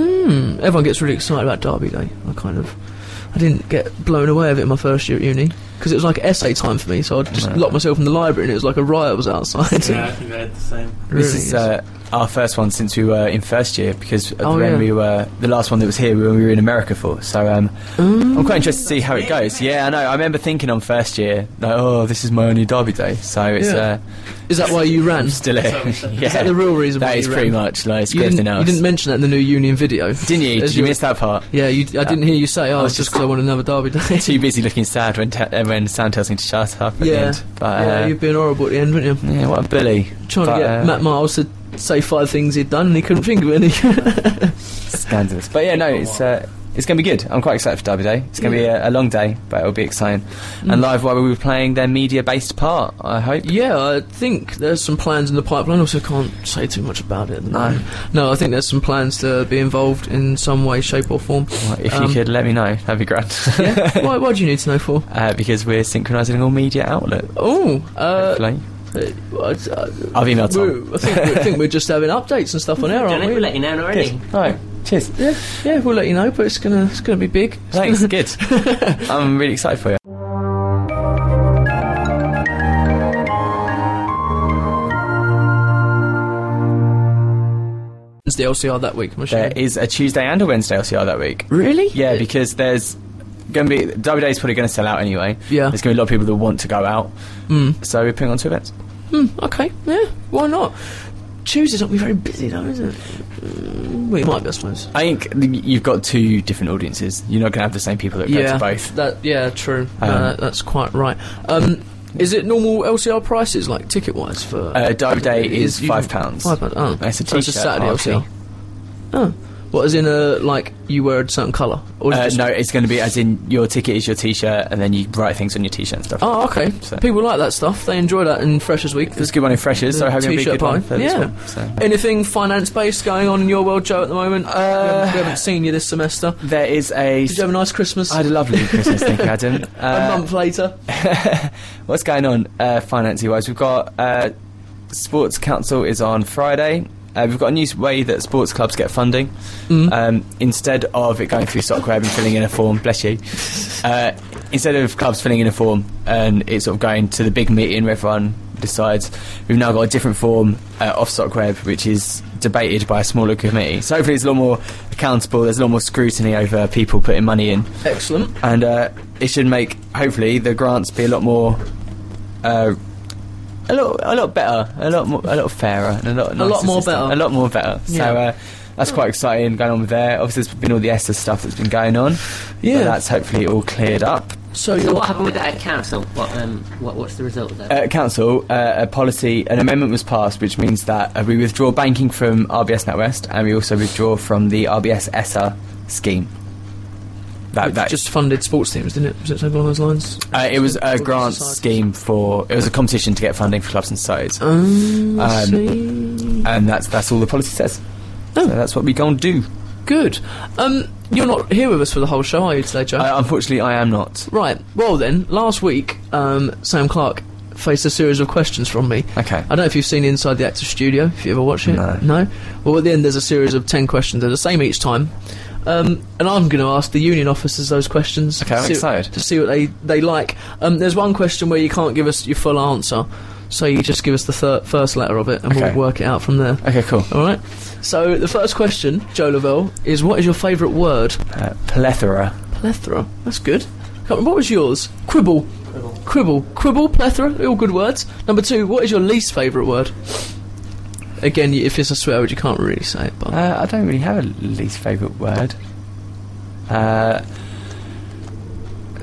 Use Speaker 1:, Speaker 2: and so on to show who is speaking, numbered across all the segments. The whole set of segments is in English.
Speaker 1: um, everyone gets really excited about Derby Day. I kind of, I didn't get blown away of it in my first year at uni because it was like essay time for me. So I just
Speaker 2: Right.
Speaker 1: locked myself in the library, and it was like a riot was outside.
Speaker 3: Yeah, I think I had the same.
Speaker 1: Really
Speaker 2: this is uh, our first one since we were in first year because of
Speaker 1: Oh,
Speaker 2: when
Speaker 1: yeah.
Speaker 2: we were the last one that was here when we were in America for. So um,
Speaker 1: hmm.
Speaker 2: I'm quite interested to see how it goes. Yeah, I know. I remember thinking on first year, like, oh, this is my only derby day. So it's
Speaker 1: Yeah.
Speaker 2: uh,
Speaker 1: is that why you ran?
Speaker 2: I'm still here. yeah,
Speaker 1: Is that the real reason? why
Speaker 2: that is
Speaker 1: you
Speaker 2: pretty
Speaker 1: ran?
Speaker 2: much like it's
Speaker 1: You
Speaker 2: nothing
Speaker 1: didn't, you
Speaker 2: else.
Speaker 1: didn't mention that in the new Union video,
Speaker 2: Didn't you?
Speaker 1: As
Speaker 2: Did you miss that part?
Speaker 1: Yeah, you, I didn't hear you say. Oh,
Speaker 2: I was
Speaker 1: it's just
Speaker 2: just-
Speaker 1: because I want another Derby Day.
Speaker 2: Too busy looking sad when te- when Sam tells me to shut up. At the
Speaker 1: Yeah.
Speaker 2: end. but
Speaker 1: yeah,
Speaker 2: uh,
Speaker 1: you've been horrible at the end, weren't you?
Speaker 2: yeah, what a bully.
Speaker 1: Trying
Speaker 2: But,
Speaker 1: to get
Speaker 2: uh,
Speaker 1: Matt Miles to say five things he'd done, and he couldn't think of any.
Speaker 2: Scandalous. But yeah, no, it's uh, it's going to be good. I'm quite excited for Derby Day. It's going to be a, a long day, but it'll be exciting. And live while we were playing their media based part, I hope.
Speaker 1: Yeah, I think there's some plans in the pipeline. Also, can't say too much about it. at the
Speaker 2: No.
Speaker 1: moment. no, I think there's some plans to be involved in some way, shape, or form.
Speaker 2: Well, if
Speaker 1: Um,
Speaker 2: you could let me know, that'd be grand.
Speaker 1: yeah, why, why do you need to know for?
Speaker 2: uh, because we're synchronising all media outlets.
Speaker 1: Oh, uh,
Speaker 2: hopefully.
Speaker 1: uh, uh,
Speaker 2: I've emailed Tom.
Speaker 1: we're- I think, I think we're just having updates and stuff on air,
Speaker 3: Don't
Speaker 1: aren't
Speaker 3: know,
Speaker 1: we?
Speaker 3: we're letting down already.
Speaker 2: Good. Right. Cheers.
Speaker 1: yeah, yeah, we'll let you know, but it's gonna it's gonna be big. It's
Speaker 2: Thanks. Good. I'm really excited for you.
Speaker 1: It's the LCR that week. I'm
Speaker 2: There
Speaker 1: assuming.
Speaker 2: is a Tuesday and a Wednesday LCR that week.
Speaker 1: really?
Speaker 2: Yeah, because there's going to be Derby Day's probably going to sell out anyway.
Speaker 1: Yeah.
Speaker 2: There's going to be a lot of people that want to go out,
Speaker 1: Mm.
Speaker 2: so we're putting on two events.
Speaker 1: Hmm. Okay. Yeah. Why not? Tuesday's not gonna be very busy though, is it? Mm, well, it might be, I suppose.
Speaker 2: I think th- you've got two different audiences. You're not going to have the same people that go
Speaker 1: yeah,
Speaker 2: to both.
Speaker 1: That, yeah, true. No,
Speaker 2: Um,
Speaker 1: that- that's quite right. Um, is it normal LCR prices, like ticket wise, for
Speaker 2: Uh, Derby Day is
Speaker 1: you-
Speaker 2: five pounds.
Speaker 1: Five pounds. Oh,
Speaker 2: That's a
Speaker 1: so it's a
Speaker 2: t-shirt
Speaker 1: Saturday
Speaker 2: party.
Speaker 1: LCR. Oh, what as in a like you wear a certain colour? Or is it
Speaker 2: Uh,
Speaker 1: just-
Speaker 2: no, it's going to be as in your ticket is your T-shirt, and then you write things on your T-shirt and stuff.
Speaker 1: Oh, okay.
Speaker 2: So-
Speaker 1: People like that stuff. They enjoy that in Freshers Week.
Speaker 2: It's a good one in freshers, so I hope it'll be a
Speaker 1: T-shirt
Speaker 2: good one
Speaker 1: pie.
Speaker 2: for this
Speaker 1: Yeah.
Speaker 2: one. So.
Speaker 1: Anything finance based going on in your world, Joe, at the
Speaker 2: Uh,
Speaker 1: moment? we, haven't, we haven't seen you this semester.
Speaker 2: There is a.
Speaker 1: Did you have a nice Christmas?
Speaker 2: I had a lovely Christmas, thank you, Adam.
Speaker 1: a
Speaker 2: Uh,
Speaker 1: month later.
Speaker 2: What's going on uh, financing wise? We've got uh, Sports Council is on Friday. Uh, we've got a new way that sports clubs get funding.
Speaker 1: Mm.
Speaker 2: Um, instead of it going through SocWeb and filling in a form, bless you. Uh, instead of clubs filling in a form and it sort of going to the big meeting where everyone decides, we've now got a different form uh, off SocWeb, which is debated by a smaller committee. So hopefully it's a lot more accountable. There's a lot more scrutiny over people putting money in
Speaker 1: Excellent.
Speaker 2: and uh, it should make hopefully the grants be a lot more, uh, a lot, a lot better, a lot more, a lot fairer, and a lot, nicer
Speaker 1: lot more
Speaker 2: system.
Speaker 1: better.
Speaker 2: a lot more better.
Speaker 1: Yeah.
Speaker 2: So uh, that's quite exciting going on with there. Obviously, there's been all the ESSA stuff that's been going on.
Speaker 1: Yeah.
Speaker 2: but that's hopefully all cleared up.
Speaker 1: So
Speaker 3: So
Speaker 1: you're
Speaker 3: what happened with that at council? What um what what's the result of that?
Speaker 2: At council, uh, a policy, an amendment was passed, which means that uh, we withdraw banking from RBS NatWest, and we also withdraw from the RBS ESSA E scheme. That, that
Speaker 1: just funded sports teams, didn't it? Was it something along those lines?
Speaker 2: Uh, it was a
Speaker 1: Sports
Speaker 2: grant
Speaker 1: societies.
Speaker 2: scheme for. It was a competition to get funding for clubs and societies,
Speaker 1: Um, I
Speaker 2: Um,
Speaker 1: see.
Speaker 2: and that's that's all the policy says. So that's what we gonna do.
Speaker 1: Good. Um, you're not here with us for the whole show, are you today, Joe?
Speaker 2: Uh, unfortunately, I am not.
Speaker 1: right. Well then, last week, um, Sam Clark faced a series of questions from me.
Speaker 2: Okay.
Speaker 1: I don't know if you've seen Inside the Actors Studio, if you ever watch it.
Speaker 2: No.
Speaker 1: Well, at the end, there's a series of 10 questions. They're the same each time. Um, and I'm going to ask the union officers those questions.
Speaker 2: Okay, I'm
Speaker 1: to see-
Speaker 2: excited.
Speaker 1: To see what they, they like. Um, there's one question where you can't give us your full answer, so you just give us the thir- first letter of it, and
Speaker 2: Okay.
Speaker 1: we'll work it out from there.
Speaker 2: Okay, cool.
Speaker 1: All right? So, the first question, Joe Lavelle, is what is your favourite word?
Speaker 2: Uh, plethora.
Speaker 1: Plethora. That's good. Can't remember- What was yours? Quibble. Quibble. Quibble. plethora. All good words. Number two, what is your least favourite word? Again, y- if it's a swear word, you can't really say it, but.
Speaker 2: Uh, I don't really have a least favourite word. Uh,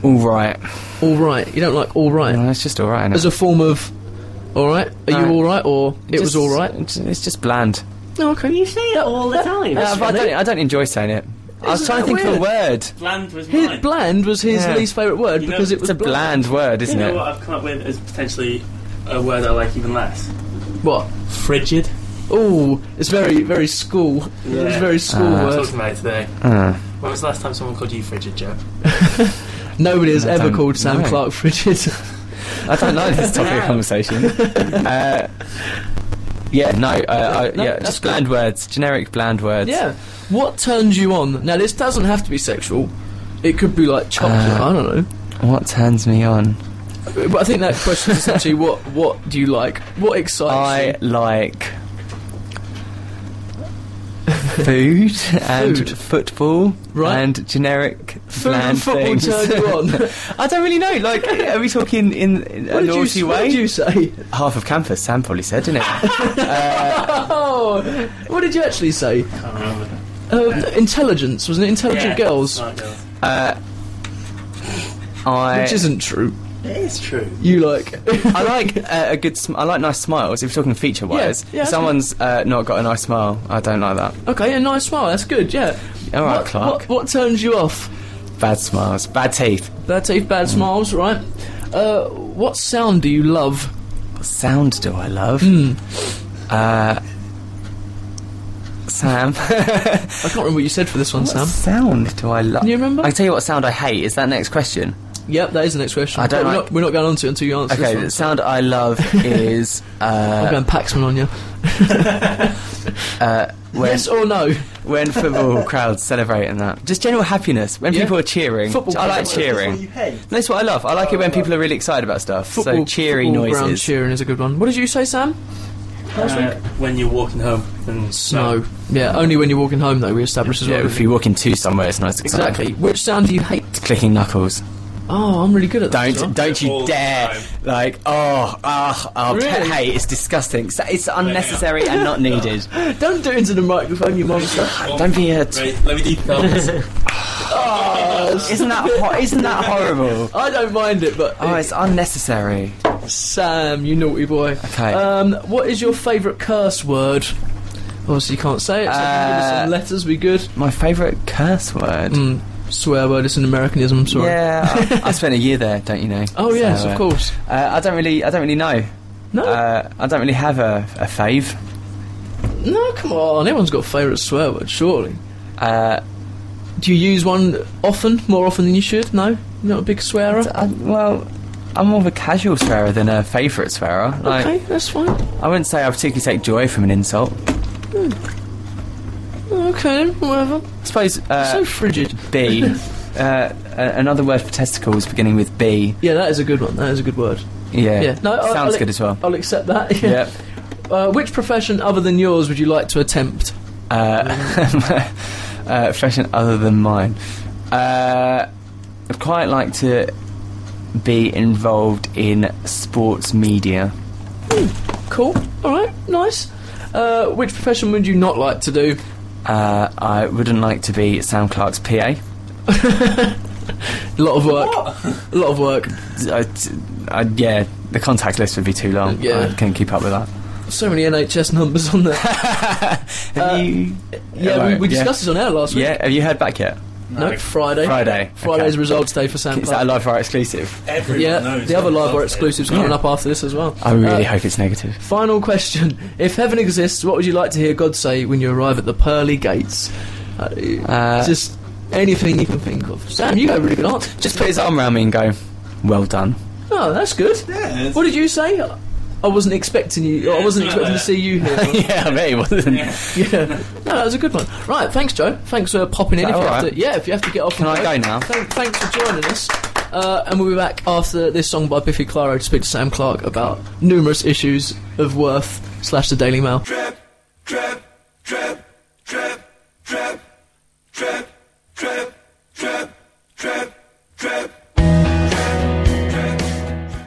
Speaker 2: all right.
Speaker 1: alright. You don't like alright.
Speaker 2: No, it's just all right.
Speaker 1: As a form of. Alright? Are you
Speaker 2: No.
Speaker 1: alright? Or it was alright?
Speaker 2: It's just bland.
Speaker 1: No, okay.
Speaker 3: you say it all the time.
Speaker 2: Uh, but I don't. I don't enjoy saying it. I was
Speaker 1: Isn't
Speaker 2: trying to
Speaker 1: that
Speaker 2: think of a word.
Speaker 3: Bland was
Speaker 1: His,
Speaker 3: mine.
Speaker 1: bland was his
Speaker 2: Yeah.
Speaker 1: least favourite word
Speaker 3: You know,
Speaker 1: because it
Speaker 2: It's
Speaker 1: was
Speaker 2: a bland word,
Speaker 3: you
Speaker 2: isn't
Speaker 3: know
Speaker 2: it?
Speaker 3: what I've come up with is potentially a word I like even less.
Speaker 1: What?
Speaker 3: Frigid.
Speaker 1: Oh, it's very, very school. It's
Speaker 3: Yeah.
Speaker 1: very
Speaker 4: Uh,
Speaker 1: school
Speaker 2: Ah.
Speaker 3: I was
Speaker 1: word.
Speaker 3: talking about it today.
Speaker 2: Uh,
Speaker 3: When was the last time someone called you frigid, Joe?
Speaker 1: Nobody has
Speaker 2: I
Speaker 1: ever
Speaker 2: don't
Speaker 1: called Sam
Speaker 2: know.
Speaker 1: Clark frigid.
Speaker 2: I don't like this topic of conversation. uh, Yeah, no, uh, I,
Speaker 1: No,
Speaker 2: yeah,
Speaker 1: that's
Speaker 2: just
Speaker 1: good.
Speaker 2: bland words, generic bland words.
Speaker 1: Yeah. What turns you on? Now, this doesn't have to be sexual. It could be like chocolate.
Speaker 2: Uh,
Speaker 1: I don't know.
Speaker 2: What turns me on?
Speaker 1: But I think that question is essentially what what do you like? What excites
Speaker 2: I
Speaker 1: you?
Speaker 2: like food and
Speaker 1: Food.
Speaker 2: football
Speaker 1: Right.
Speaker 2: and generic
Speaker 1: Food and
Speaker 2: bland
Speaker 1: football
Speaker 2: things.
Speaker 1: turn you on. what
Speaker 2: I don't really know. Like, are we talking in, in a
Speaker 1: did you,
Speaker 2: naughty
Speaker 1: s- what
Speaker 2: way?
Speaker 1: did you say?
Speaker 2: Half of campus, Sam probably said, didn't it?
Speaker 1: Oh, what did you actually say?
Speaker 3: I can't remember.
Speaker 1: Um, intelligence wasn't it? Intelligent
Speaker 3: Yeah,
Speaker 1: girls,
Speaker 3: smart girls.
Speaker 2: I,
Speaker 1: which isn't true.
Speaker 3: It is true.
Speaker 1: You like?
Speaker 2: I like uh, a good. Sm- I like nice smiles. If we're talking feature wise,
Speaker 1: Yeah, yeah,
Speaker 2: if
Speaker 1: that's
Speaker 2: someone's uh, not got a nice smile, I don't like that.
Speaker 1: okay, a nice smile. That's good. Yeah.
Speaker 2: All right,
Speaker 1: what,
Speaker 2: Clark.
Speaker 1: What, what turns you off?
Speaker 2: Bad smiles, bad teeth.
Speaker 1: Bad teeth, bad smiles. Right. Uh, what sound do you love?
Speaker 2: What sound do I love?
Speaker 1: Hmm.
Speaker 2: Uh, Sam,
Speaker 1: I can't remember what you said for this one,
Speaker 2: what
Speaker 1: Sam.
Speaker 2: sound do I love?
Speaker 1: Do you remember?
Speaker 2: I tell you what sound I hate is that next question.
Speaker 1: Yep, that is the next question.
Speaker 2: I don't
Speaker 1: But we're,
Speaker 2: like-
Speaker 1: not, we're not going on to it until you answer.
Speaker 2: Okay,
Speaker 1: this one.
Speaker 2: the sound I love is
Speaker 1: I'm
Speaker 2: uh,
Speaker 1: going Paxman on you.
Speaker 2: when
Speaker 1: Yes or no?
Speaker 2: when football crowds celebrate and that. Just general happiness when
Speaker 1: Yeah.
Speaker 2: people are cheering.
Speaker 1: Football
Speaker 2: I like
Speaker 1: crowds.
Speaker 2: cheering. That's what I love. I like it when people are really excited about stuff. so cheery
Speaker 1: Oh, football Ground
Speaker 2: noises.
Speaker 1: cheering is a good one. What did you say, Sam?
Speaker 3: Uh, when you're walking home and
Speaker 1: Snow. Yeah, only when you're walking home though. We established as
Speaker 2: yeah,
Speaker 1: well.
Speaker 2: if you walk into somewhere, it's nice. to excited.
Speaker 1: exactly. Which sound do you hate?
Speaker 2: Clicking knuckles.
Speaker 1: Oh, I'm really good at that.
Speaker 2: Don't don't you
Speaker 3: All the
Speaker 2: dare!
Speaker 3: time.
Speaker 2: Like oh ah oh,
Speaker 1: Really?
Speaker 2: pet hate. It's disgusting. It's, it's unnecessary and not needed.
Speaker 1: Don't do it into the microphone, you monster.
Speaker 2: Don't be a. T- Oh,
Speaker 3: Right, let me deep that.
Speaker 2: isn't that ho- isn't that horrible?
Speaker 1: I don't mind it, but
Speaker 2: Oh, it's unnecessary.
Speaker 1: Sam, you naughty boy.
Speaker 2: Okay.
Speaker 1: Um, what is your favourite curse word? Obviously, you can't say it. So if you can give us
Speaker 2: Uh,
Speaker 1: some letters, be good.
Speaker 2: My favourite curse word.
Speaker 1: Mm, swear word. It's an Americanism. I'm sorry.
Speaker 2: Yeah, I, I spent a year there. Don't you know?
Speaker 1: Oh yes,
Speaker 2: So,
Speaker 1: of
Speaker 2: uh,
Speaker 1: course.
Speaker 2: Uh, I don't really. I don't really know.
Speaker 1: No,
Speaker 2: Uh, I don't really have a, a fave.
Speaker 1: no, come on. Everyone's got a favourite swear word, surely.
Speaker 2: Uh,
Speaker 1: Do you use one often, more often than you should? No, you're not a big swearer.
Speaker 2: I, well, I'm more of a casual swearer than a favourite swearer. Like,
Speaker 1: okay, that's fine.
Speaker 2: I wouldn't say I particularly take joy from an insult.
Speaker 1: Okay, then, whatever.
Speaker 2: I suppose
Speaker 1: so
Speaker 2: uh,
Speaker 1: frigid.
Speaker 2: B. Uh, a- another word for testicles beginning with B.
Speaker 1: Yeah, that is a good one. That is a good word.
Speaker 2: Yeah,
Speaker 1: Yeah, no, I'll-
Speaker 2: sounds
Speaker 1: I'll-
Speaker 2: good as well.
Speaker 1: I'll accept that. Yeah.
Speaker 2: Yep.
Speaker 1: Uh, which profession other than yours would you like to attempt?
Speaker 2: Uh, uh, fashion other than mine. Uh, I'd quite like to be involved in sports media.
Speaker 1: Cool. All right. Nice. Uh, which profession would you not like to do?
Speaker 2: Uh, I wouldn't like to be Sam Clark's PA.
Speaker 1: A lot of work. A lot of work.
Speaker 2: I, I, yeah, the contact list would be too long.
Speaker 1: Yeah.
Speaker 2: I couldn't keep up with that.
Speaker 1: So many NHS numbers on there.
Speaker 2: Have you,
Speaker 1: Uh, Yeah, we, we discussed this on air last week.
Speaker 2: Yeah, have you heard back yet?
Speaker 1: No, Friday.
Speaker 2: Friday.
Speaker 1: Friday's
Speaker 2: okay.
Speaker 1: results day for Sam.
Speaker 2: Is that a
Speaker 1: Clark.
Speaker 2: live wire exclusive?
Speaker 3: Everyone
Speaker 1: yeah,
Speaker 3: knows
Speaker 1: the other
Speaker 3: that
Speaker 1: live
Speaker 3: love
Speaker 1: are
Speaker 3: it.
Speaker 1: exclusives coming up after this as well.
Speaker 2: I really
Speaker 1: Uh,
Speaker 2: hope it's negative.
Speaker 1: Final question: If heaven exists, what would you like to hear God say when you arrive at the pearly gates? Uh,
Speaker 2: Uh, just,
Speaker 1: just anything you can think of. Sam, you got a really good answer.
Speaker 2: just put his arm around me and go, well done.
Speaker 1: Oh, that's good.
Speaker 3: it's-
Speaker 1: What did you say? I wasn't expecting you. I wasn't
Speaker 3: it's not
Speaker 1: expecting to
Speaker 3: like
Speaker 1: see you here.
Speaker 2: yeah, I bet he wasn't.
Speaker 1: yeah, no, that was a good one. Right, thanks, Joe. Thanks for popping in. If
Speaker 2: Is that
Speaker 1: you
Speaker 2: all
Speaker 1: have
Speaker 2: right?
Speaker 1: to, yeah, if you have to get off.
Speaker 2: Can
Speaker 1: and
Speaker 2: I go now?
Speaker 1: Thank, thanks for joining us. Uh, and we'll be back after this song by Biffy Clyro to speak to Sam Clark about numerous issues of Worth slash the Daily Mail.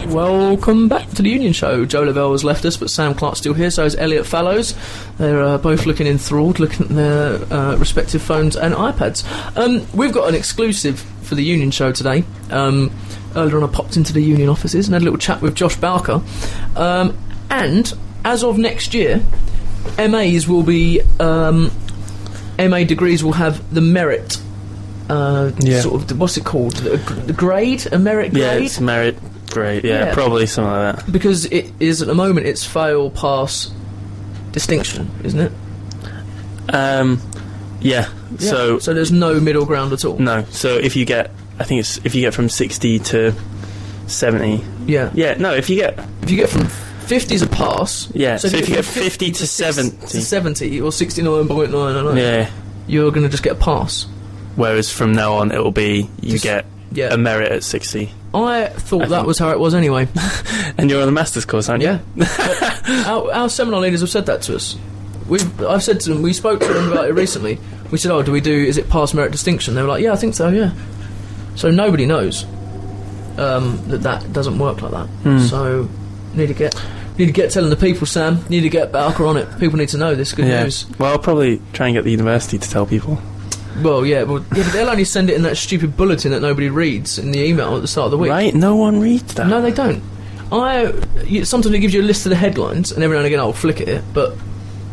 Speaker 1: Welcome back to the Union Show. Joe Lavelle has left us, but Sam Clark's still here, so is Elliot Fallows. They're uh, both looking enthralled, looking at their uh, respective phones and iPads. Um, we've got an exclusive for the Union Show today. Um, earlier on, I popped into the Union offices and had a little chat with Josh Barker. Um, and as of next year, MAs will be. Um, MA degrees will have the merit. Uh,
Speaker 4: Yeah.
Speaker 1: Sort of, what's it called? The, the grade, a merit grade.
Speaker 4: Yeah, it's merit grade. Yeah,
Speaker 1: Yeah.
Speaker 4: probably something like that.
Speaker 1: Because it is at the moment, it's fail pass distinction, isn't it?
Speaker 4: Um, yeah. So Mm.
Speaker 1: so there's no middle ground at all.
Speaker 4: no. So if you get, I think it's if you get from sixty to seventy.
Speaker 1: Yeah.
Speaker 4: Yeah. No. If you get
Speaker 1: If you get from 50's a pass.
Speaker 4: Yeah, so if you get
Speaker 1: from
Speaker 4: 50 to 70.
Speaker 1: to 70 or 69.99,
Speaker 4: Yeah.
Speaker 1: you're going to just get a pass.
Speaker 4: Whereas from now on, it'll be you
Speaker 1: Just-
Speaker 4: get
Speaker 1: Yeah.
Speaker 4: a merit at 60.
Speaker 1: I thought
Speaker 4: Um, I
Speaker 1: that
Speaker 4: think-
Speaker 1: was how it was anyway.
Speaker 4: And you're on the master's course, aren't you?
Speaker 1: Yeah. But our, our seminar leaders have said that to us. We've, I've said to them, we spoke to them about it recently. We said, oh, do we do, is it past merit distinction? They were like, yeah, I think so, yeah. So nobody knows um, that that doesn't work like that.
Speaker 4: Hmm.
Speaker 1: So need to get need to get telling the people, Sam. Need to get Barker on it. People need to know this good
Speaker 4: Yeah.
Speaker 1: news.
Speaker 4: Well, I'll probably try and get the university to tell people.
Speaker 1: Well, yeah, well, yeah, but they'll only send it in that stupid bulletin that nobody reads in the email at the start of the week.
Speaker 4: Right? No one reads that.
Speaker 1: No, they don't. I you, sometimes it gives you a list of the headlines, and every now and again I'll flick at it, but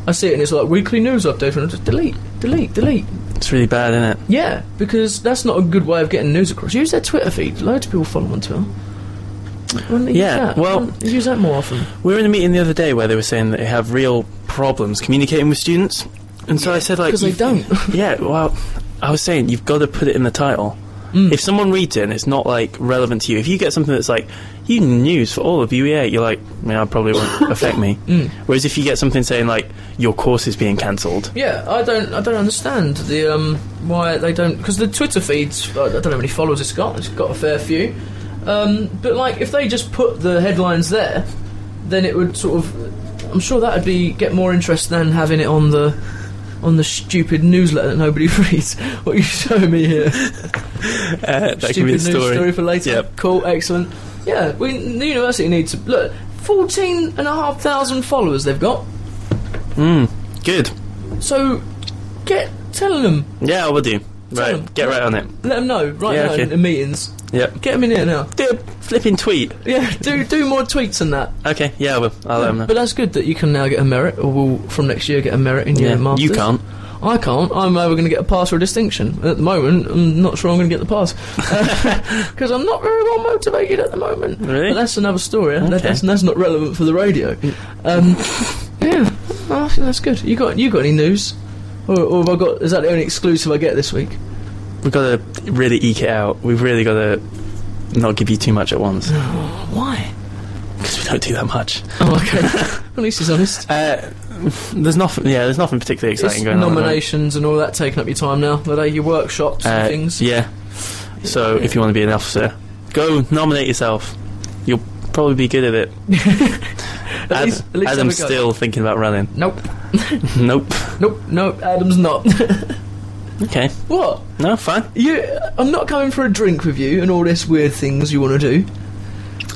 Speaker 1: I see it and it's like weekly news update, and I just delete, delete, delete.
Speaker 4: It's really bad, isn't it?
Speaker 1: Yeah, because that's not a good way of getting news across. Use their Twitter feed. Loads of people follow on Twitter. Why don't they
Speaker 4: Yeah,
Speaker 1: use that?
Speaker 4: well-
Speaker 1: Why don't they use that more often.
Speaker 4: We were in a meeting the other day where they were saying that they have real problems communicating with students. And so I said, like.
Speaker 1: because they
Speaker 4: you've-
Speaker 1: don't.
Speaker 4: yeah, well, I was saying, you've got to put it in the title.
Speaker 1: Mm. Hmm.
Speaker 4: If someone reads it and it's not, like, relevant to you, if you get something that's like, you news for all of UEA, you're like, yeah, it probably won't affect me.
Speaker 1: Mm.
Speaker 4: Whereas if you get something saying, like, your course is being cancelled,
Speaker 1: Yeah, I don't, I don't understand the um, why they don't because the Twitter feeds. I I don't know how many followers it's got. It's got a fair few, um, but like if they just put the headlines there, then it would sort of. I'm sure that would be get more interest than having it on the on the stupid newsletter that nobody reads. What are you showing me here?
Speaker 4: uh, that could
Speaker 1: stupid
Speaker 4: be the
Speaker 1: news
Speaker 4: story.
Speaker 1: story. for later.
Speaker 4: Yep.
Speaker 1: Cool, excellent. Yeah, we the university needs to look. Fourteen and a half thousand followers they've got.
Speaker 4: Hmm. Good.
Speaker 1: So get telling them
Speaker 4: Yeah, I will do. Right,
Speaker 1: them.
Speaker 4: get right on it.
Speaker 1: Let them know right
Speaker 4: Yeah,
Speaker 1: now
Speaker 4: okay.
Speaker 1: in the meetings.
Speaker 4: Yep.
Speaker 1: Get them in here now.
Speaker 4: Do a flipping tweet.
Speaker 1: Yeah, do do more tweets than that.
Speaker 4: Okay, yeah, I will. I'll let 'em know.
Speaker 1: But that's good that you can now get a merit, or will from next year get a merit in your
Speaker 4: Yeah,
Speaker 1: masters.
Speaker 4: you can't.
Speaker 1: I can't. I'm either going to get a pass or a distinction. At the moment, I'm not sure I'm going to get the pass because I'm not very well motivated at the moment.
Speaker 4: Really?
Speaker 1: But that's another story. eh? That-
Speaker 4: Okay. Mm.
Speaker 1: that's, that's not relevant for the radio. Um, yeah, I think that's good. You got you got any news? Or, or have I got? Is that the only exclusive I get this week?
Speaker 4: We've got to really eke it out. We've really got to not give you too much at once
Speaker 1: Why?
Speaker 4: because we don't do that much.
Speaker 1: Oh, okay. at least he's honest.
Speaker 4: Uh, there's nothing. Yeah, there's nothing particularly
Speaker 1: It's
Speaker 4: exciting going
Speaker 1: nominations and all that taking up your time now. Are they your workshops
Speaker 4: on.
Speaker 1: and
Speaker 4: at the moment. Uh,
Speaker 1: things?
Speaker 4: Yeah. So if you want to be an officer, go nominate yourself. You'll probably be good at it.
Speaker 1: At
Speaker 4: Ad-
Speaker 1: least- at least have a
Speaker 4: Adam's
Speaker 1: go.
Speaker 4: still thinking about running.
Speaker 1: Nope,
Speaker 4: nope.
Speaker 1: nope, nope. Adam's not.
Speaker 4: Okay.
Speaker 1: what?
Speaker 4: No, fine.
Speaker 1: You? I'm not coming for a drink with you and all this weird things you want to do.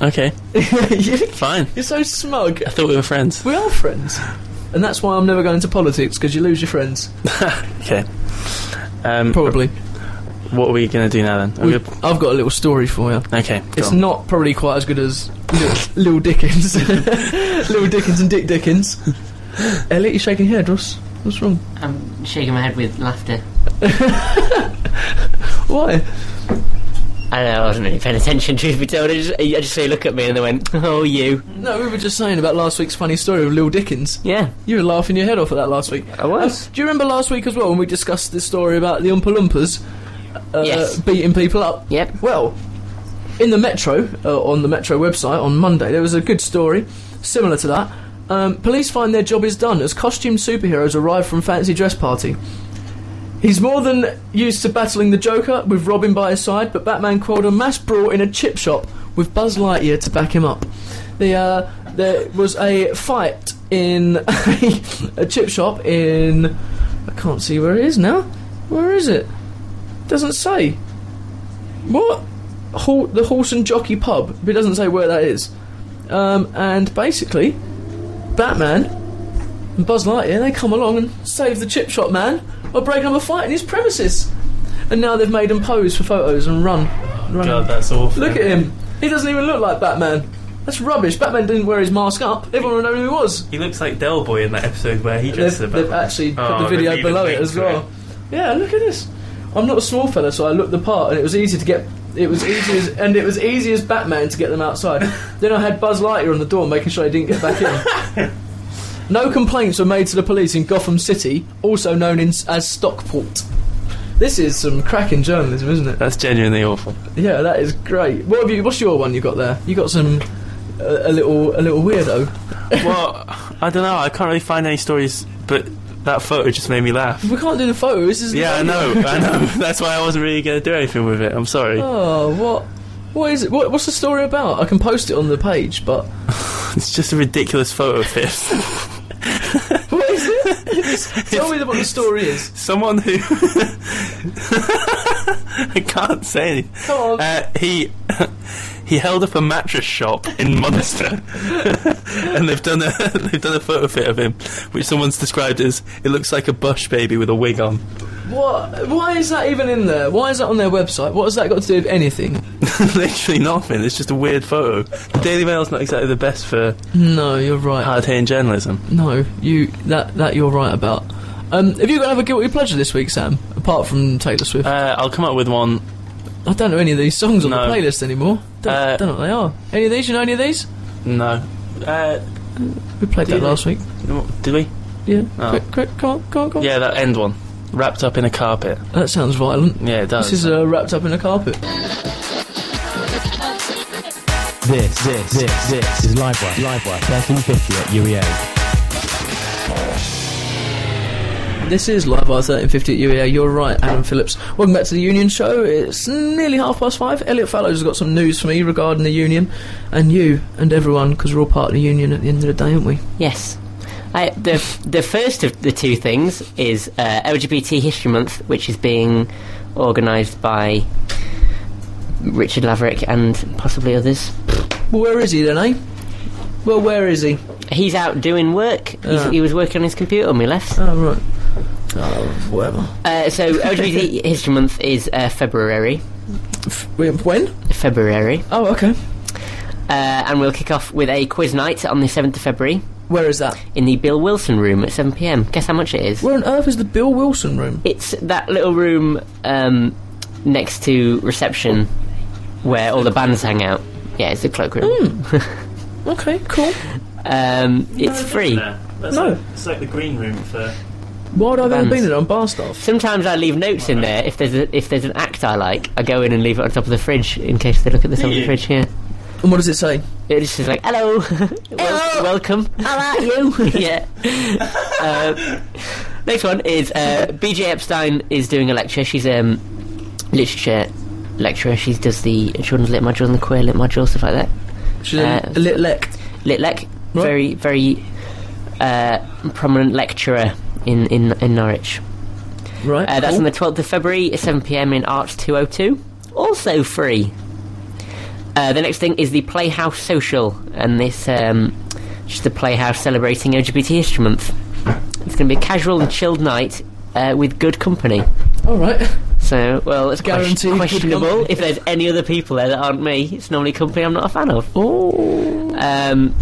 Speaker 4: Okay,
Speaker 1: You-
Speaker 4: fine.
Speaker 1: You're so smug.
Speaker 4: I thought we were friends.
Speaker 1: We are friends, and that's why I'm never going to politics because you lose your friends.
Speaker 4: Okay. Um,
Speaker 1: Probably.
Speaker 4: What are we going to do now then? Are
Speaker 1: We-
Speaker 4: we-
Speaker 1: I've got a little story for you.
Speaker 4: okay. go
Speaker 1: It's
Speaker 4: on.
Speaker 1: not probably quite as good as Lil, Lil Dickens, Lil Dickens and Dick Dickens. Elliot, you're shaking your head. What's what's wrong?
Speaker 5: I'm shaking my head with laughter.
Speaker 1: Why?
Speaker 5: I don't know, I wasn't really paying attention, truth be told. I just, I just say, look at me, and they went, oh, you.
Speaker 1: No, we were just saying about last week's funny story of Lil Dickens.
Speaker 5: Yeah,
Speaker 1: You were laughing your head off at that last week.
Speaker 5: I was.
Speaker 1: Um, do you remember last week as well when we discussed this story about the Oompa Loompas uh,
Speaker 5: Yes.
Speaker 1: beating people up?
Speaker 5: Yep.
Speaker 1: Well, in the Metro, uh, on the Metro website on Monday, there was a good story similar to that. Um, police find their job is done as costumed superheroes arrive from fancy dress party. He's more than used to battling the Joker with Robin by his side, but Batman quelled a mass brawl in a chip shop with Buzz Lightyear to back him up. The, uh, there was a fight in a, chip shop in. I can't see where it is now. Where is it? Doesn't say. What? Hor the Horse and Jockey Pub. But it doesn't say where that is. Um, and basically, Batman and Buzz Lightyear, they come along and save the chip shop man by breaking up a fight in his premises. And now they've made him pose for photos and run. run.
Speaker 4: God, that's awful.
Speaker 1: Look at him. He doesn't even look like Batman. That's rubbish. Batman didn't wear his mask up. Everyone would know who he was.
Speaker 4: He looks like Del Boy in that episode where he
Speaker 1: They've, they've actually put
Speaker 4: Oh,
Speaker 1: the video below it as well. Yeah, look at this. I'm not a small fella, so I looked the part, and it was easy to get. It was easy, as, and it was easy as Batman to get them outside. then I had Buzz Lightyear on the door, making sure he didn't get back in. no complaints were made to the police in Gotham City, also known in, as Stockport. This is some cracking journalism, isn't it?
Speaker 4: That's genuinely awful.
Speaker 1: Yeah, that is great. What have you? What's your one you got there? You got some uh, a little a little weirdo.
Speaker 4: well, I don't know. I can't really find any stories, but that photo just made me laugh.
Speaker 1: We can't do the photos. This is
Speaker 4: Yeah, I know. I know. That's why I wasn't really going to do anything with it. I'm sorry.
Speaker 1: Oh, what? What is it? What, what's the story about? I can post it on the page, but
Speaker 4: It's just a ridiculous photo of this.
Speaker 1: what is it? Tell me what the story is.
Speaker 4: Someone who I can't say.
Speaker 1: Come on.
Speaker 4: Uh, he he held up a mattress shop in Munster, and they've done a they've done a photo fit of him, which someone's described as it looks like a bush baby with a wig on.
Speaker 1: What? Why is that even in there? Why is that on their website? What has that got to do with anything?
Speaker 4: Literally nothing. It's just a weird photo. The Daily Mail's not exactly the best for
Speaker 1: No, you're right. Uh,
Speaker 4: hard hitting journalism.
Speaker 1: No, you that that you're right about. Um, have you got another guilty pleasure this week, Sam? Apart from Taylor Swift,
Speaker 4: Uh, I'll come up with one.
Speaker 1: I don't know any of these songs on
Speaker 4: no.
Speaker 1: the playlist anymore. Don't,
Speaker 4: Uh,
Speaker 1: don't know what they are. Any of these? You know any of these?
Speaker 4: No. Uh,
Speaker 1: We played
Speaker 4: do
Speaker 1: that
Speaker 4: they?
Speaker 1: last week.
Speaker 4: did we?
Speaker 1: Yeah.
Speaker 4: Oh.
Speaker 1: Quick, quick, come on, come on, come on.
Speaker 4: Yeah, that end one. Wrapped up in a carpet.
Speaker 1: That sounds violent.
Speaker 4: Yeah, it does.
Speaker 1: This is uh, wrapped up in a carpet.
Speaker 6: This, this, this, this is Livewire. Livewire. 1350 at UEA.
Speaker 1: This is Live R 1350 at UEA. You're right, Adam Phillips. Welcome back to the Union Show. It's nearly half past five. Elliot Fallows has got some news for me regarding the Union and you and everyone because we're all part of the Union at the end of the day, aren't we?
Speaker 5: Yes. I, the the first of the two things is uh, LGBT History Month, which is being organised by Richard Laverick and possibly others.
Speaker 1: Well, where is he then, eh? Well, where is he?
Speaker 5: He's out doing work. He's,
Speaker 1: Uh.
Speaker 5: He was working on his computer when we left.
Speaker 1: Oh, right. Oh, whatever.
Speaker 5: Uh, so LGBT History Month is uh, February.
Speaker 1: Wait, When?
Speaker 5: February,
Speaker 1: Oh, okay.
Speaker 5: uh, and we'll kick off with a quiz night on the seventh of February
Speaker 1: Where is that?
Speaker 5: in the Bill Wilson Room at seven pm. Guess how much it is?
Speaker 1: Where on earth is the Bill Wilson room?
Speaker 5: It's that little room um, next to reception where all the bands hang out. Yeah, it's a cloakroom.
Speaker 1: Okay, cool.
Speaker 5: Um, it's free.
Speaker 3: No, that's
Speaker 1: No.
Speaker 3: Like, it's like the green room for.
Speaker 1: Why would I've ever
Speaker 5: Bands.
Speaker 1: been in on bar staff?
Speaker 5: Sometimes I leave notes in there if there's a, if there's an act I like. I go in and leave it on top of the fridge in case they look at the top of the
Speaker 3: you?
Speaker 5: fridge. Yeah,
Speaker 1: And what does it say?
Speaker 5: it just is like hello, Wel- welcome. How are you? yeah. Uh, next one is uh, BJ Epstein is doing a lecture. She's um literature lecturer. She does the children's lit module and the queer lit module stuff like that.
Speaker 1: She's a
Speaker 5: Uh,
Speaker 1: lit lect.
Speaker 5: Litlek,
Speaker 1: Right.
Speaker 5: very very uh, prominent lecturer in in, in Norwich.
Speaker 1: Right.
Speaker 5: Uh, that's
Speaker 1: cool.
Speaker 5: on the 12th of February, 7 p.m. in Arts 202. Also free. Uh, the next thing is the Playhouse Social, and this um, just the Playhouse celebrating LGBT History Month. It's going to be a casual and chilled night uh, with good company.
Speaker 1: All right.
Speaker 5: So, well, it's ques-
Speaker 1: Guaranteed good
Speaker 5: questionable
Speaker 1: company.
Speaker 5: if there's any other people there that aren't me. It's normally company I'm not a fan of.
Speaker 1: Oh.
Speaker 5: Um,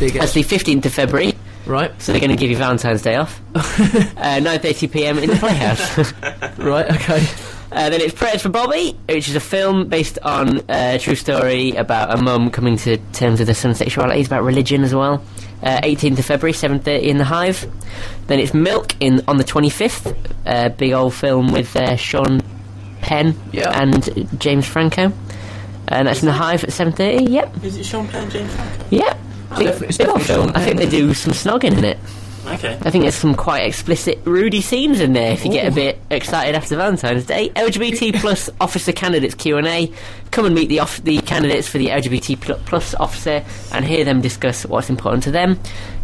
Speaker 1: Big
Speaker 5: that's
Speaker 1: ass.
Speaker 5: the 15th of February,
Speaker 1: Right.
Speaker 5: so they're going to give you Valentine's Day off. uh, 9:30 p.m. in the Playhouse.
Speaker 1: Right. Okay.
Speaker 5: uh, then it's Prayers for Bobby, which is a film based on uh, a true story about a mum coming to terms with her son's sexuality. It's about religion as well. Uh, 18th of February, 7:30 in the Hive. Then it's Milk in on the 25th. Uh, big old film with uh, Sean Penn
Speaker 1: Yeah.
Speaker 5: and James Franco. And that's in the Hive at 7:30. Yep,
Speaker 3: Is it Sean Penn, James? Franco?
Speaker 5: yep. Big,
Speaker 1: definitely- it's
Speaker 5: big old
Speaker 1: definitely
Speaker 5: film.
Speaker 1: Sean
Speaker 5: I think they
Speaker 1: Penn.
Speaker 5: do some snogging in it.
Speaker 3: Okay.
Speaker 5: I think there's some quite explicit Rudy scenes in there if you get a bit excited after Valentine's Day. LGBT plus officer candidates Q&A. Come and meet the off- the candidates for the LGBT pl- plus officer and hear them discuss what's important to them.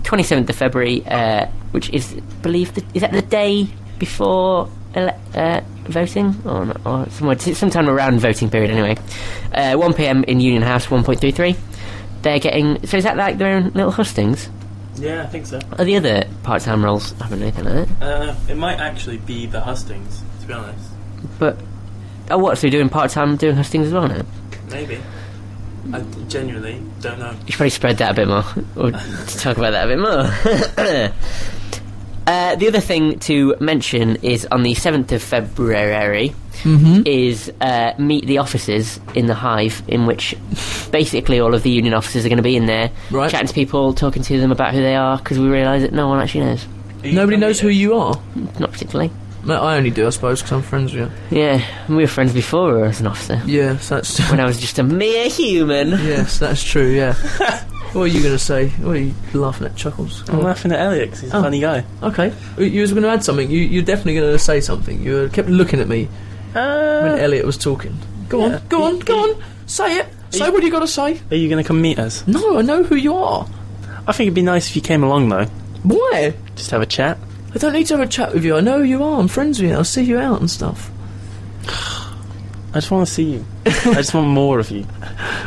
Speaker 5: 27th of February, uh, which is believe the, is that the day before ele- uh, voting or, not, or somewhere it's sometime around voting period anyway. Uh, 1 p.m. in Union House 1.33. They're getting so is that like their own little hustings?
Speaker 3: Yeah, I think so.
Speaker 5: Are the other part-time roles having anything like that?
Speaker 3: Uh, it might actually be the Hustings, to be honest.
Speaker 5: But oh, what? So you're doing part time, doing hustings as well now?
Speaker 3: Maybe. I d- genuinely don't know.
Speaker 5: You should probably spread that a bit more, or talk about that a bit more. uh, the other thing to mention is on the seventh of February
Speaker 1: Mm-hmm.
Speaker 5: is uh, meet the officers in the hive, in which basically all of the union officers are going to be in there,
Speaker 1: Right.
Speaker 5: chatting to people, talking to them about who they are, because we realise that no one actually knows,
Speaker 3: Are you
Speaker 1: Nobody
Speaker 3: from
Speaker 1: knows who
Speaker 3: Leeds?
Speaker 1: you are.
Speaker 5: not particularly.
Speaker 1: No, I only do, I suppose, because I'm friends with you.
Speaker 5: Yeah, and we were friends before as an officer.
Speaker 1: Yes, that's
Speaker 5: When I was just a mere human.
Speaker 1: yes, that's true. Yeah. What are you going to say? What are you laughing at, Chuckles?
Speaker 4: I'm laughing at Elliot 'cause he's a
Speaker 1: Oh.
Speaker 4: funny guy.
Speaker 1: Okay. You was going to add something. You, you're definitely going to say something. You uh, kept looking at me when
Speaker 4: Uh,
Speaker 1: Elliot was talking. Go on, go on, go on. Say it. Say what you got to say.
Speaker 4: are you going to come meet us?
Speaker 1: No, I know who you are.
Speaker 4: I think it'd be nice if you came along though.
Speaker 1: Why?
Speaker 4: Just have a chat.
Speaker 1: I don't need to have a chat with you. I know who you are. I'm friends with you. I'll see you out and stuff.
Speaker 4: I just want to see you. I just want more of you.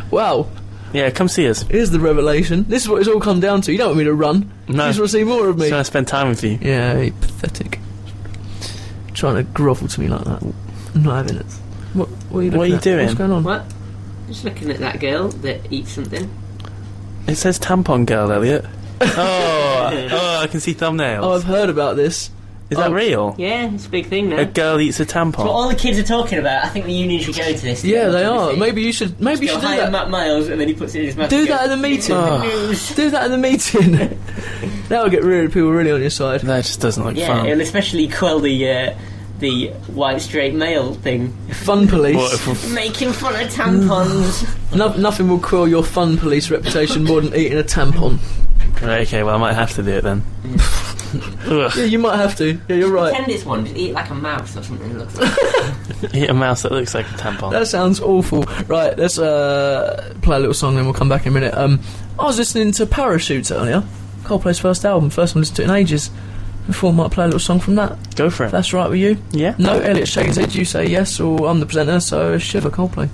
Speaker 1: Wow.
Speaker 4: Yeah, come see us.
Speaker 1: Here's the revelation. This is what it's all come down to. You don't want me to run.
Speaker 4: No.
Speaker 1: You just want to see more of me.
Speaker 4: Just want to spend time with you.
Speaker 1: Yeah, you pathetic. Trying to grovel to me like that. I'm not having it. What, what are you,
Speaker 4: What are
Speaker 1: looking
Speaker 4: you
Speaker 1: at?
Speaker 4: doing?
Speaker 1: What's going on?
Speaker 5: What? Just looking at that girl that eats something.
Speaker 4: It says tampon girl, Elliot. oh, oh, I can see thumbnails.
Speaker 1: Oh, I've heard about this.
Speaker 4: Is that
Speaker 1: oh.
Speaker 4: real?
Speaker 5: Yeah, it's a big thing now.
Speaker 4: A girl eats a
Speaker 5: What
Speaker 4: tampon.
Speaker 5: all the kids are talking about. I think the union should go to this.
Speaker 1: Yeah, they are. Maybe you should. Maybe you should do that.
Speaker 5: Matt Miles, and then he puts it in his mouth.
Speaker 1: Do
Speaker 5: and
Speaker 1: that
Speaker 5: goes,
Speaker 1: at the meeting. Ah.
Speaker 5: News.
Speaker 1: Do that at the meeting. That'll get really people really on your side.
Speaker 4: That just doesn't look
Speaker 5: Yeah,
Speaker 4: fun.
Speaker 5: it'll especially quell the uh, the white straight male thing.
Speaker 1: Fun police.
Speaker 4: What if-
Speaker 5: Making fun of tampons.
Speaker 1: No, nothing will quell your fun police reputation more than eating a tampon.
Speaker 4: okay, well, I might have to do it then. Ugh,
Speaker 1: Yeah, you might have to. Yeah, you're right.
Speaker 5: Pretend it's one. Just eat like a mouse or something. It looks like.
Speaker 4: eat a mouse that looks like a tampon.
Speaker 1: That sounds awful. Right, let's uh, play a little song, then we'll come back in a minute. Um, I was listening to Parachutes earlier, Coldplay's first album, first one I listened to in ages. Before I might play a little song from that.
Speaker 4: Go for it.
Speaker 1: If that's right with you.
Speaker 4: yeah.
Speaker 1: No, Elliot shakes his head. You say yes, or I'm the presenter, so shiver Coldplay.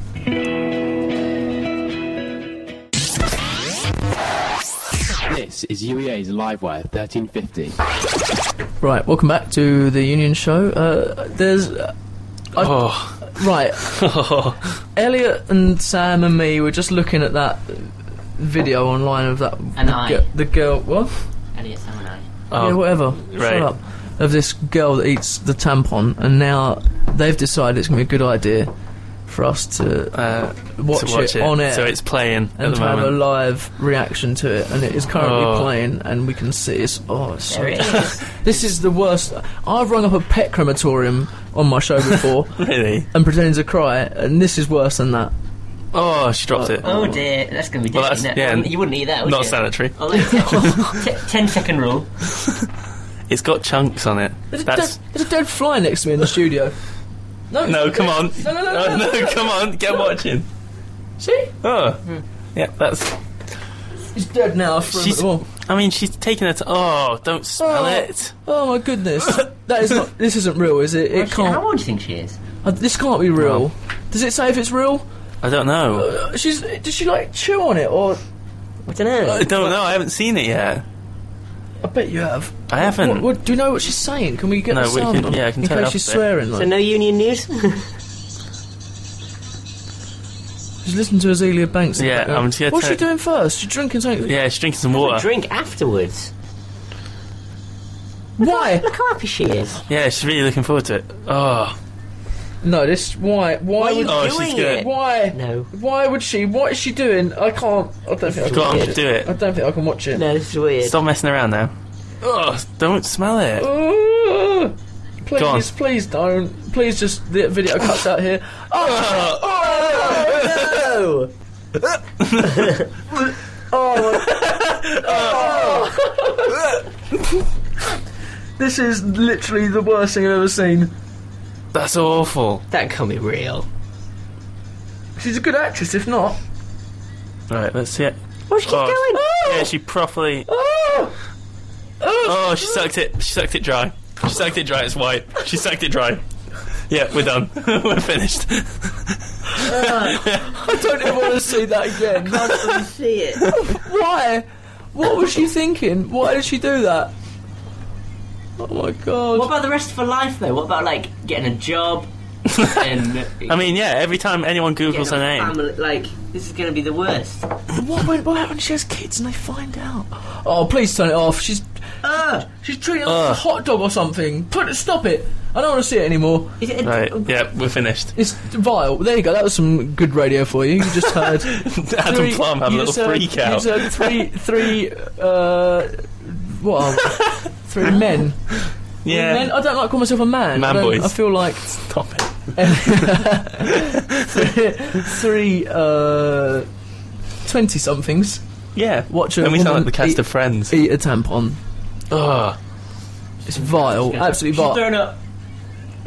Speaker 6: This is UEA's Livewire 1350.
Speaker 1: Right, welcome back to the Union Show. Uh, there's uh,
Speaker 4: Oh,
Speaker 1: right, Elliot and Sam and me were just looking at that video online of that
Speaker 5: An eye.
Speaker 1: the, the girl. What?
Speaker 5: Elliot, someone I.
Speaker 1: yeah,
Speaker 4: oh,
Speaker 1: whatever.
Speaker 4: right.
Speaker 1: Shut up. Of this girl that eats the tampon, and now they've decided it's going to be a good idea for us to
Speaker 4: uh,
Speaker 1: watch,
Speaker 4: to watch
Speaker 1: it, on air
Speaker 4: So it's playing at
Speaker 1: and
Speaker 4: the
Speaker 1: to have a
Speaker 4: moment.
Speaker 1: live reaction to it. And it is currently
Speaker 4: Oh.
Speaker 1: playing, and we can see it's oh, it's so
Speaker 5: There it is.
Speaker 1: This is the worst. I've rung up a pet crematorium on my show before
Speaker 4: Really?
Speaker 1: and pretended to cry, and this is worse than that.
Speaker 4: Oh, she dropped it.
Speaker 5: Oh dear, that's gonna be
Speaker 4: Well,
Speaker 5: dirty.
Speaker 4: that's-
Speaker 5: isn't it?
Speaker 4: yeah,
Speaker 5: Um, you wouldn't eat that, would
Speaker 4: Not
Speaker 5: you?
Speaker 4: sanitary.
Speaker 1: Oh.
Speaker 5: I'll let you- T- ten second rule.
Speaker 4: It's got chunks on it.
Speaker 1: There's a,
Speaker 4: That's
Speaker 1: dead, there's a dead fly next to me in the studio. No,
Speaker 4: no. Come on.
Speaker 1: No, no, no, no, no,
Speaker 4: Oh,
Speaker 1: no. Hmm.
Speaker 4: Come on. Get watching.
Speaker 1: See,
Speaker 4: Oh. Yeah, that's.
Speaker 1: he's dead now. From
Speaker 4: She's-
Speaker 1: the wall.
Speaker 4: I mean, she's taking it. Oh, don't smell
Speaker 1: Oh.
Speaker 4: it.
Speaker 1: Oh my goodness, that is not. This isn't real, is it? It
Speaker 5: How
Speaker 1: can't.
Speaker 5: old do you think she is?
Speaker 1: Uh, this can't be real. Does it say if it's real?
Speaker 4: I don't know.
Speaker 1: Uh, she's. Did she like chew on it, or
Speaker 5: I don't know.
Speaker 4: I don't know. I haven't seen it yet.
Speaker 1: I bet you have.
Speaker 4: I haven't.
Speaker 1: What, what, do you know what she's saying? Can we get
Speaker 4: No,
Speaker 1: the
Speaker 4: we
Speaker 1: sound?
Speaker 4: can-
Speaker 1: on?
Speaker 4: yeah, I can
Speaker 1: in
Speaker 4: turn it
Speaker 1: case
Speaker 4: up
Speaker 1: she's
Speaker 4: a bit.
Speaker 1: swearing. Like.
Speaker 5: So no union news.
Speaker 1: Just listen to Azealia Banks. in the
Speaker 4: Yeah,
Speaker 1: background.
Speaker 4: I'm just gonna
Speaker 1: What's she
Speaker 4: turn-
Speaker 1: doing first? She's drinking something.
Speaker 4: Yeah, she's drinking some water.
Speaker 5: Drink afterwards.
Speaker 1: Why?
Speaker 5: Look how happy she is.
Speaker 4: Yeah, she's really looking forward to it. Oh,
Speaker 1: No, this. Why? Why
Speaker 5: Why are you
Speaker 1: would?
Speaker 4: oh,
Speaker 5: doing
Speaker 4: she's good.
Speaker 5: it?
Speaker 1: Why?
Speaker 5: No.
Speaker 1: Why would she? What is she doing? I can't. I don't think I can
Speaker 4: go on,
Speaker 1: watch it.
Speaker 4: do
Speaker 1: I don't
Speaker 4: it.
Speaker 1: think I can watch it.
Speaker 5: No, this is weird.
Speaker 4: Stop messing around now. Oh, don't smell
Speaker 1: Oh.
Speaker 4: it.
Speaker 1: Ooh, Please,
Speaker 4: on.
Speaker 1: please don't. Please, just the video cuts out here. Oh, oh, no! oh, my- oh. This is literally the worst thing I've ever seen.
Speaker 4: That's awful.
Speaker 5: That can't be real.
Speaker 1: She's a good actress, if not.
Speaker 4: Right, let's see it.
Speaker 5: What's she
Speaker 4: Oh,
Speaker 5: doing?
Speaker 4: Yeah, she properly.
Speaker 1: Oh,
Speaker 4: Oh, she sucked it. She sucked it dry. She sucked it dry. It's white. She sucked it dry. Yeah, we're done. we're finished.
Speaker 1: I don't ever want to see that again.
Speaker 5: I see it.
Speaker 1: Why? What was she thinking? Why did she do that? Oh my
Speaker 5: What
Speaker 1: god.
Speaker 5: about the rest of her life though? What about like getting a job? and
Speaker 4: I mean, yeah. Every time anyone
Speaker 5: getting
Speaker 4: googles
Speaker 5: a
Speaker 4: her name,
Speaker 5: family- like this is gonna be the worst.
Speaker 1: What, when, what happened? She has kids and they find out. Oh, please turn it off. She's. Uh, she's treating it like
Speaker 4: Ugh.
Speaker 1: a hot dog or something. Put it, stop it. I don't want to see it anymore.
Speaker 5: Is it a Oh,
Speaker 4: right? Yeah, we're finished.
Speaker 1: It's vile. There you go. That was some good radio for you. You just heard.
Speaker 4: Adam
Speaker 1: three-
Speaker 4: Plum had a
Speaker 1: you
Speaker 4: little
Speaker 1: just heard-
Speaker 4: freak out.
Speaker 1: You just heard three, three, uh, what? Are we? three men. Men.
Speaker 4: Yeah,
Speaker 1: I don't like call myself a man.
Speaker 4: Man
Speaker 1: I don't-
Speaker 4: boys.
Speaker 1: I feel like
Speaker 4: stop it.
Speaker 1: three uh, 20 somethings
Speaker 4: Yeah.
Speaker 1: Watch a
Speaker 4: Then we sound
Speaker 1: woman
Speaker 4: like the cast
Speaker 1: eat-
Speaker 4: of Friends.
Speaker 1: Eat a tampon.
Speaker 4: Ugh.
Speaker 1: It's vile, absolutely
Speaker 3: She's
Speaker 1: vile.
Speaker 3: throwing up.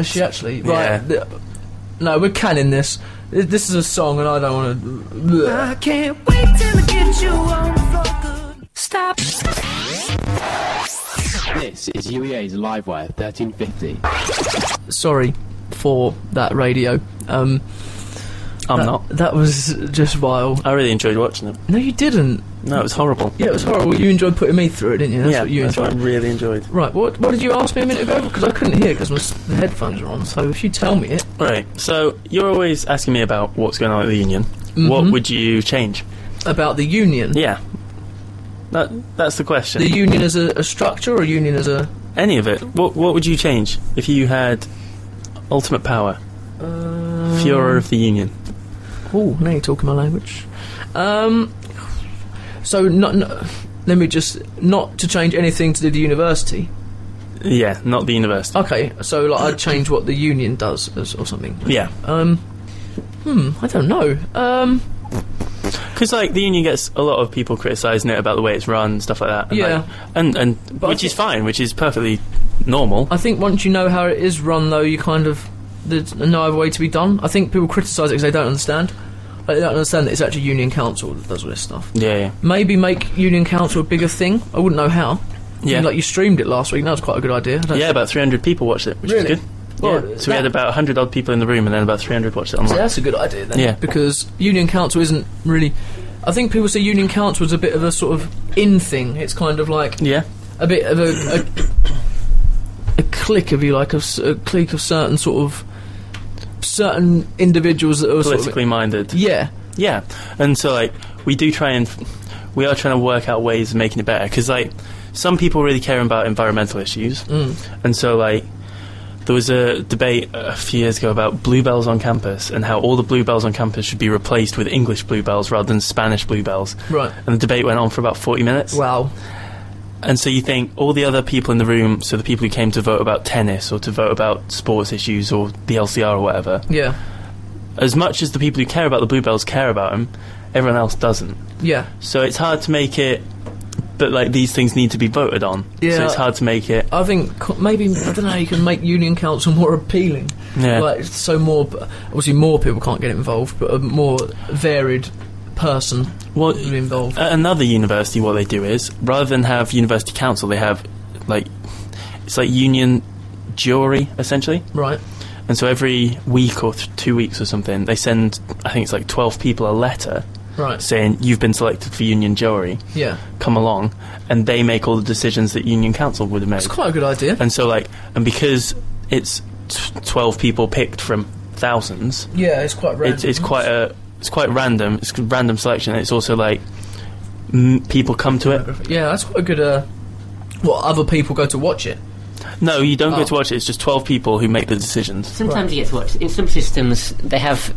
Speaker 1: Is she actually?
Speaker 4: Yeah.
Speaker 1: Right. th- No, we're canning this. Th- This is a song, and I don't want to.
Speaker 7: Can't wait till I get you on the floor. Good. Stop.
Speaker 6: This is UEA's Livewire 1350.
Speaker 1: Sorry for that radio. Um,
Speaker 4: I'm
Speaker 1: that,
Speaker 4: not.
Speaker 1: That was just vile.
Speaker 4: I really enjoyed watching them.
Speaker 1: No, you didn't.
Speaker 4: No, it was horrible.
Speaker 1: Yeah, it was horrible. You enjoyed putting me through it, didn't you? That's
Speaker 4: yeah,
Speaker 1: what you
Speaker 4: that's
Speaker 1: enjoyed.
Speaker 4: what I really enjoyed.
Speaker 1: Right. What What did you ask me a minute ago? Because I couldn't hear because my s- the headphones are on. So if you tell me it,
Speaker 4: Right. So you're always asking me about what's going on at the union. What would you change?
Speaker 1: mm-hmm, about the union.
Speaker 4: Yeah. That that's the question.
Speaker 1: The union as a, a structure, or union as a
Speaker 4: Any of it. What what would you change if you had ultimate power?
Speaker 1: uh,
Speaker 4: Führer of the Union.
Speaker 1: Oh, now you're talking my language. Um, so not, no- let me just not to change anything to do with the university.
Speaker 4: Yeah, not the university.
Speaker 1: Okay, so like I'd change what the union does as, or something.
Speaker 4: Yeah.
Speaker 1: Um, hmm, I don't know. Um,
Speaker 4: Because like the union gets a lot of people criticising it about the way it's run, stuff like that. And,
Speaker 1: Yeah.
Speaker 4: like- and and
Speaker 1: But I
Speaker 4: which is
Speaker 1: thi-
Speaker 4: fine, which is perfectly normal.
Speaker 1: I think once you know how it is run, though, you kind of there's no other way to be done. I think people criticise it because they don't understand. Like, they don't understand that it's actually union council that does all this stuff.
Speaker 4: yeah, yeah.
Speaker 1: Maybe make union council a bigger thing. I wouldn't know how.
Speaker 4: Yeah.
Speaker 1: like you streamed it last week. That was quite a good idea. I don't
Speaker 4: Yeah, about 300 people watched it, which
Speaker 1: Really? Oh,
Speaker 4: is good.
Speaker 1: Well,
Speaker 4: yeah. So we had
Speaker 1: that-
Speaker 4: about 100 odd people in the room, and then about 300 watched it
Speaker 1: So
Speaker 4: online.
Speaker 1: that's a good idea then.
Speaker 4: Yeah.
Speaker 1: Because union council isn't really. I think people say union council is a bit of a sort of in thing. It's kind of like
Speaker 4: Yeah.
Speaker 1: a bit of a a, a clique, if you like, of s- a clique of certain sort of certain individuals that are sort
Speaker 4: Politically
Speaker 1: of,
Speaker 4: minded.
Speaker 1: yeah.
Speaker 4: Yeah, and so like we do try and we are trying to work out ways of making it better because like some people really care about environmental issues,
Speaker 1: Mm,
Speaker 4: and so like there was a debate a few years ago about bluebells on campus and how all the bluebells on campus should be replaced with English bluebells rather than Spanish bluebells.
Speaker 1: Right.
Speaker 4: And the debate went on for about forty minutes.
Speaker 1: Wow.
Speaker 4: And so you think all the other people in the room, so the people who came to vote about tennis or to vote about sports issues or the LCR or whatever,
Speaker 1: Yeah.
Speaker 4: as much as the people who care about the bluebells care about them, everyone else doesn't.
Speaker 1: Yeah.
Speaker 4: So it's hard to make it that like these things need to be voted on.
Speaker 1: Yeah. Uh,
Speaker 4: So it's hard to make it.
Speaker 1: I think co- maybe I don't know. You can make union council more appealing.
Speaker 4: Yeah.
Speaker 1: Like so more obviously more people can't get involved, but a more varied person
Speaker 4: Well,
Speaker 1: will be involved.
Speaker 4: at another university, what they do is rather than have university council, they have like it's like union jury essentially.
Speaker 1: Right.
Speaker 4: And so every week or th- two weeks or something, they send I think it's like twelve people a letter
Speaker 1: Right.
Speaker 4: saying you've been selected for union jury,
Speaker 1: Yeah.
Speaker 4: come along, and they make all the decisions that union council would have made.
Speaker 1: It's quite a good idea.
Speaker 4: And so like and because it's t- twelve people picked from thousands.
Speaker 1: Yeah, it's quite rare.
Speaker 4: it's, it's quite a it's quite random. It's a random selection. It's also like m- people come to it.
Speaker 1: yeah, that's quite a good. Uh, what other people go to watch it?
Speaker 4: No, you don't
Speaker 1: Oh.
Speaker 4: go to watch it. It's just twelve people who make the decisions.
Speaker 5: Sometimes you get to watch. In some systems, they have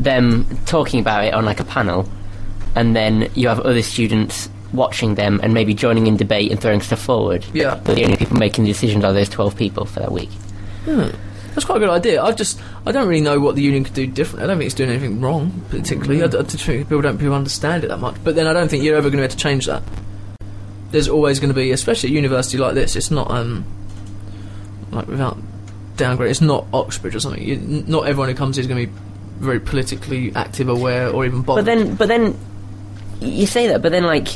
Speaker 5: them talking about it on like a panel, and then you have other students watching them and maybe joining in debate and throwing stuff forward.
Speaker 1: Yeah.
Speaker 5: But the only people making the decisions are those twelve people for that week.
Speaker 1: That's quite a good idea. I just I don't really know what the union could do different. I don't think it's doing anything wrong particularly. I d- I, just think people don't people understand it that much. But then I don't think you're ever going to be able to change that. There's always going to be, especially at university like this, it's not um like without downgrade. It's not Oxbridge or something. You, n- not everyone who comes here is going to be very politically active, aware, or even bothered.
Speaker 5: But then, but then, you say that, but then like.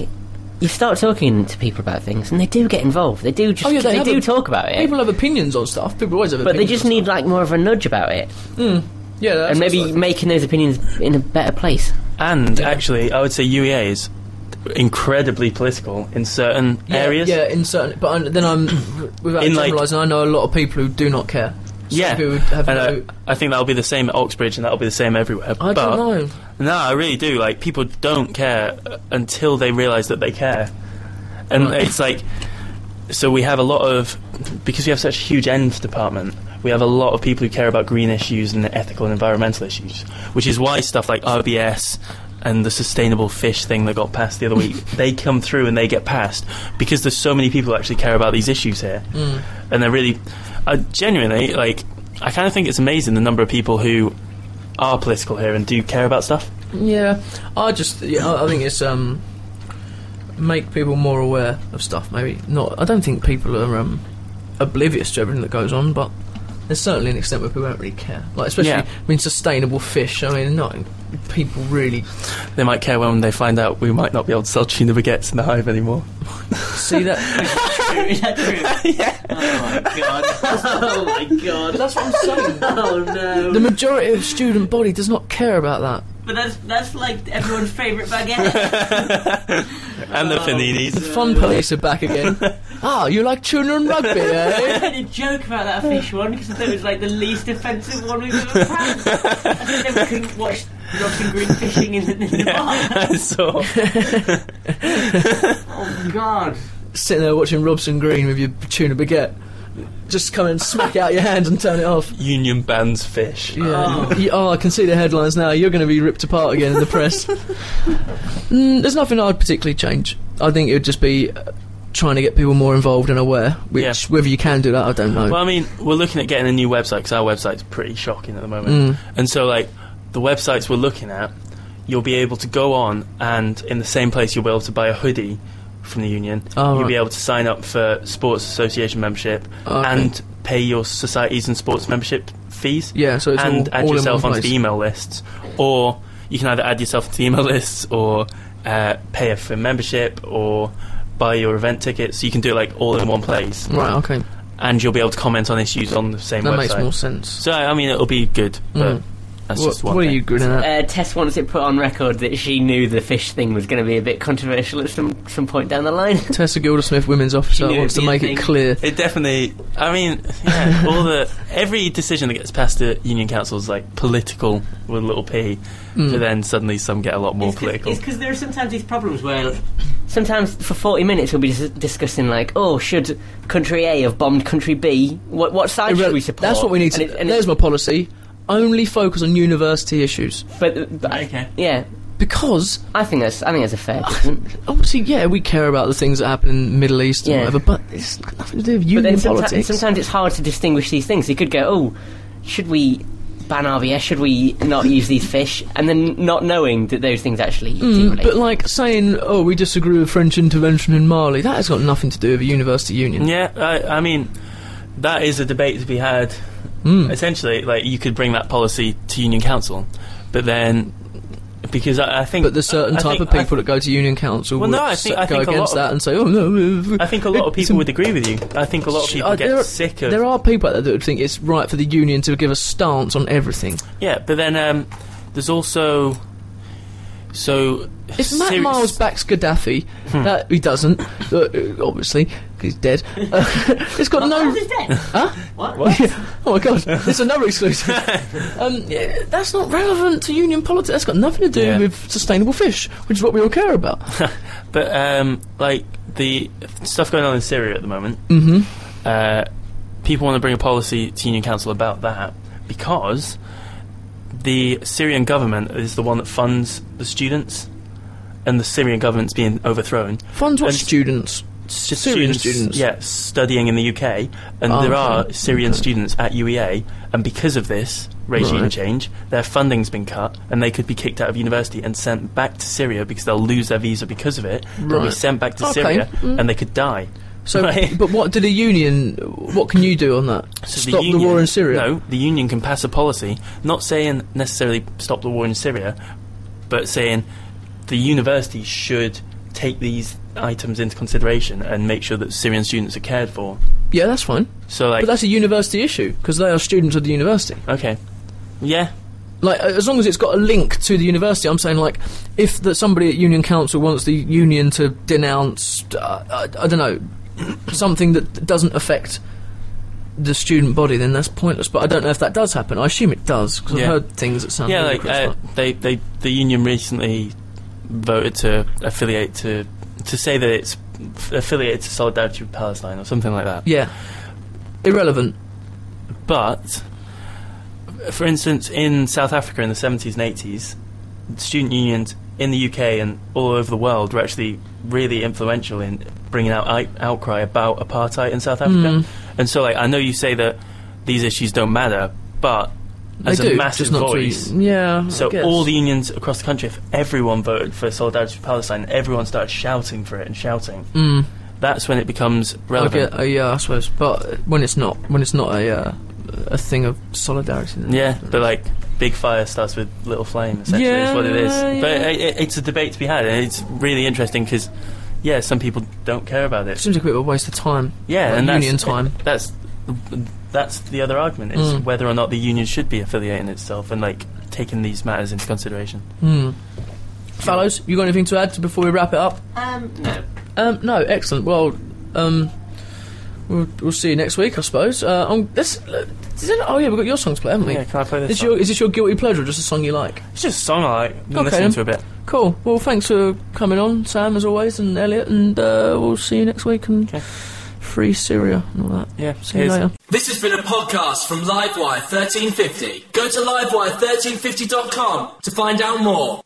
Speaker 5: You start talking to people about things, and they do get involved. They do just
Speaker 1: Oh, yeah, they
Speaker 5: they,
Speaker 1: have
Speaker 5: do
Speaker 1: a-
Speaker 5: talk about it,
Speaker 1: people have opinions on stuff. People always have
Speaker 5: but they
Speaker 1: opinions.
Speaker 5: just
Speaker 1: on
Speaker 5: need like more of a nudge about it,
Speaker 1: stuff. yeah, that's
Speaker 5: and
Speaker 1: what it's
Speaker 5: maybe
Speaker 1: like.
Speaker 5: making those opinions in a better place.
Speaker 4: And actually, I would say UEA is incredibly political in certain
Speaker 1: Yeah,
Speaker 4: areas.
Speaker 1: Yeah, in certain. But i then I'm without
Speaker 4: In, like-
Speaker 1: generalising. I know a lot of people who do not care. Some
Speaker 4: Yeah.
Speaker 1: people have
Speaker 4: and
Speaker 1: no.
Speaker 4: I, I think that'll be the same at Oxbridge, and that'll be the same everywhere.
Speaker 1: I don't
Speaker 4: but,
Speaker 1: know.
Speaker 4: No, I really do. Like people don't care uh, until they realise that they care, and it's like so we have a lot of because we have such a huge ends department. We have a lot of people who care about green issues and ethical and environmental issues, which is why stuff like RBS and the sustainable fish thing that got passed the other week they come through and they get passed because there's so many people who actually care about these issues here, and they're really uh, genuinely like I kind of think it's amazing the number of people who are political here and do care about stuff.
Speaker 1: Yeah, I just. Yeah, I I think it's um. make people more aware of stuff. Maybe not. I don't think people are um, oblivious to everything that goes on, but there's certainly an extent where people don't really care. Like especially,
Speaker 4: Yeah.
Speaker 1: I mean, sustainable fish. I mean, not people really
Speaker 4: They might care when they find out we might not be able to sell tuna baguettes in the hive anymore.
Speaker 1: see that.
Speaker 5: Is that true? yeah. Oh my god. Oh my god.
Speaker 1: That's what I'm saying.
Speaker 5: Oh no.
Speaker 1: The majority of student body does not care about that.
Speaker 5: But that's that's like everyone's favourite baguette.
Speaker 4: And the paninis.
Speaker 1: The fun police are back again. ah, you like tuna and rugby, eh?
Speaker 5: I did a joke about that fish one because I thought it was like the least offensive one we've ever had. I think we couldn't watch Robson Green fishing in the, in the bar.
Speaker 4: so
Speaker 5: Oh god.
Speaker 1: Sitting there watching Robson Green with your tuna baguette. Just come and smack out your hand and turn it off.
Speaker 4: union bans fish.
Speaker 1: Yeah. You- Oh, I can see the headlines now. You're going to be ripped apart again in the press. mm, there's nothing I'd particularly change. I think it would just be uh, trying to get people more involved and aware. Which
Speaker 4: Yeah.
Speaker 1: whether you can do that, I don't know.
Speaker 4: Well, I mean, we're looking at getting a new website because our website's pretty shocking at the
Speaker 1: Mm,
Speaker 4: moment. And so, like, the websites we're looking at, you'll be able to go on, and in the same place, you'll be able to buy a hoodie from the union.
Speaker 1: Oh,
Speaker 4: you'll
Speaker 1: right.
Speaker 4: be able to sign up for sports association membership
Speaker 1: Okay.
Speaker 4: and pay your societies and sports membership fees.
Speaker 1: yeah, so it's all,
Speaker 4: and add
Speaker 1: all in
Speaker 4: yourself
Speaker 1: one
Speaker 4: onto
Speaker 1: place.
Speaker 4: the email lists, or you can either add yourself to the email lists or uh, pay for membership or buy your event tickets. So you can do it like all in one place,
Speaker 1: Right, okay,
Speaker 4: and you'll be able to comment on issues on the same
Speaker 1: that
Speaker 4: website.
Speaker 1: makes more sense.
Speaker 4: so I mean, it'll be good,
Speaker 1: Mm.
Speaker 4: but that's
Speaker 1: What,
Speaker 4: just one.
Speaker 1: what are
Speaker 4: thing.
Speaker 1: you grinning at?
Speaker 5: Uh, Tess wants it put on record that she knew the fish thing was going to be a bit controversial at some some point down the line.
Speaker 1: Tessa Gildersmith, women's officer,
Speaker 5: She knew
Speaker 1: wants to
Speaker 5: it'd be a
Speaker 1: make
Speaker 5: thing.
Speaker 1: it clear.
Speaker 4: It definitely. I mean, yeah, all the every decision that gets passed at union council is like political with a little p,
Speaker 1: Mm.
Speaker 4: but then suddenly some get a lot more
Speaker 5: It's 'cause-
Speaker 4: political.
Speaker 5: It's because there are sometimes these problems where. like, Sometimes for 40 minutes we'll be dis- discussing like, oh, should country A have bombed country B? What, what side should we support?
Speaker 1: That's what we need to.
Speaker 5: And it- and
Speaker 1: there's
Speaker 5: it-
Speaker 1: my policy. Only focus on university issues
Speaker 5: but, but
Speaker 3: Okay.
Speaker 5: yeah,
Speaker 1: because
Speaker 5: I think that's I think that's a fair. judgment.
Speaker 1: obviously, yeah, we care about the things that happen in the Middle East and
Speaker 5: Yeah.
Speaker 1: whatever, but it's got nothing to do with
Speaker 5: but
Speaker 1: union
Speaker 5: then sometimes,
Speaker 1: politics.
Speaker 5: sometimes it's hard to distinguish these things. You could go, oh, should we ban RBS? Should we not use these fish? And then not knowing that those things actually. do
Speaker 1: Mm,
Speaker 5: relate.
Speaker 1: but like saying, "Oh, we disagree with French intervention in Mali," that has got nothing to do with a university union.
Speaker 4: Yeah, I, I mean, that is a debate to be had.
Speaker 1: Mm. Hmm.
Speaker 4: Essentially, like you could bring that policy to union council, but then because I, I think
Speaker 1: But there's certain
Speaker 4: I
Speaker 1: type
Speaker 4: think-
Speaker 1: of people that go to union council
Speaker 4: Well,
Speaker 1: will
Speaker 4: no, I
Speaker 1: s-
Speaker 4: think- I
Speaker 1: go
Speaker 4: think a lot
Speaker 1: against
Speaker 4: of-
Speaker 1: that and say, "Oh no."
Speaker 4: I, I think a lot of
Speaker 1: it's
Speaker 4: people would agree with you. I think a lot of people
Speaker 1: Uh,
Speaker 4: get
Speaker 1: there are,
Speaker 4: sick of
Speaker 1: There are people out there that would think it's right for the union to give a stance on everything.
Speaker 4: yeah, but then um, there's also so
Speaker 1: If Matt
Speaker 4: serious-
Speaker 1: Miles backs Gaddafi,
Speaker 4: Hmm.
Speaker 1: that he doesn't, uh, uh, obviously, 'cause he's dead. Uh, it's got no.
Speaker 5: Who's dead?
Speaker 1: Huh?
Speaker 5: What?
Speaker 1: oh my god, it's another exclusive. um, yeah, that's not relevant to union politics. That's got nothing to do
Speaker 4: Yeah.
Speaker 1: with sustainable fish, which is what we all care about.
Speaker 4: But um, like the stuff going on in Syria at the moment,
Speaker 1: Mhm.
Speaker 4: uh, people want to bring a policy to Union Council about that because the Syrian government is the one that funds the students, and the Syrian government's being overthrown.
Speaker 1: Funds what
Speaker 4: And-
Speaker 1: students?
Speaker 4: S- just
Speaker 1: Syrian students?
Speaker 4: yeah, studying in the UK, and
Speaker 1: Oh,
Speaker 4: there
Speaker 1: okay.
Speaker 4: are Syrian students at UEA, and because of this regime
Speaker 1: Right.
Speaker 4: change, their funding's been cut, and they could be kicked out of university and sent back to Syria because they'll lose their visa because of it. They'll be
Speaker 1: Right.
Speaker 4: sent back to
Speaker 1: Okay.
Speaker 4: Syria,
Speaker 1: Mm.
Speaker 4: and they could die.
Speaker 1: So,
Speaker 4: Right.
Speaker 1: but what did a union? What can you do on that?
Speaker 4: So
Speaker 1: Stop the, war in Syria.
Speaker 4: No, the union can pass a policy, not saying necessarily stop the war in Syria, but saying the university should take these items into consideration and make sure that Syrian students are cared for.
Speaker 1: Yeah, that's fine.
Speaker 4: So, like,
Speaker 1: But that's a university issue because they are students of the university.
Speaker 4: Okay. Yeah.
Speaker 1: Like, as long as it's got a link to the university, I'm saying like, if that somebody at Union Council wants the union to denounce, uh, I, I don't know, something that doesn't affect the student body, then that's pointless. But I don't know if that does happen. I assume it does because I've
Speaker 4: Yeah.
Speaker 1: heard things that sound
Speaker 4: Yeah, like
Speaker 1: ludicrous,
Speaker 4: uh,
Speaker 1: like-
Speaker 4: they, they the union recently voted to affiliate to to say that it's f- affiliated to Solidarity with Palestine or something like that.
Speaker 1: yeah, irrelevant.
Speaker 4: But for instance, in South Africa in the 70s and 80s, student unions in the UK and all over the world were actually really influential in bringing out I- outcry about
Speaker 1: Hmm.
Speaker 4: apartheid in South Africa. And so, like, I know you say that these issues don't matter, but as
Speaker 1: they
Speaker 4: a
Speaker 1: do,
Speaker 4: massive
Speaker 1: just not
Speaker 4: voice.
Speaker 1: To, yeah. I
Speaker 4: So
Speaker 1: guess.
Speaker 4: all the unions across the country, if everyone voted for solidarity with Palestine, everyone started shouting for it and shouting.
Speaker 1: Mm,
Speaker 4: That's when it becomes
Speaker 1: I
Speaker 4: relevant.
Speaker 1: get, uh, yeah, I suppose. But when it's not, when it's not a uh, a thing of solidarity. Then
Speaker 4: Yeah, but like big fire starts with little flame. Essentially,
Speaker 1: Yeah,
Speaker 4: is what it is. But
Speaker 1: yeah.
Speaker 4: it, it, it's a debate to be had, and it's really interesting because yeah, some people don't care about
Speaker 1: It
Speaker 4: it.
Speaker 1: seems like a bit of a waste of time.
Speaker 4: Yeah,
Speaker 1: Like
Speaker 4: and that's,
Speaker 1: union time.
Speaker 4: That's that's the other argument is
Speaker 1: Mm.
Speaker 4: whether or not the union should be affiliating itself and like taking these matters into consideration.
Speaker 1: Hmm. Fellows, you got anything to add before we wrap it up?
Speaker 5: Um, no.
Speaker 1: Um, no, excellent. Well, um, we'll, we'll see you next week, I suppose. Uh, um, this, uh, is it, oh yeah, we've got your songs to play, haven't we?
Speaker 4: Yeah, can I play this?
Speaker 1: Is
Speaker 4: song?
Speaker 1: your is this your guilty pleasure, or just a song you like?
Speaker 4: it's just a song I like. Been
Speaker 1: Okay,
Speaker 4: listening
Speaker 1: then.
Speaker 4: to a bit.
Speaker 1: Cool. Well, thanks for coming on, Sam, as always, and Elliot, and uh, we'll see you next week. And
Speaker 4: Okay.
Speaker 1: free Syria and all that.
Speaker 4: Yeah,
Speaker 1: See you
Speaker 4: cheers.
Speaker 1: later.
Speaker 8: This has been a podcast from Livewire 1350. Go to livewire1350.com to find out more.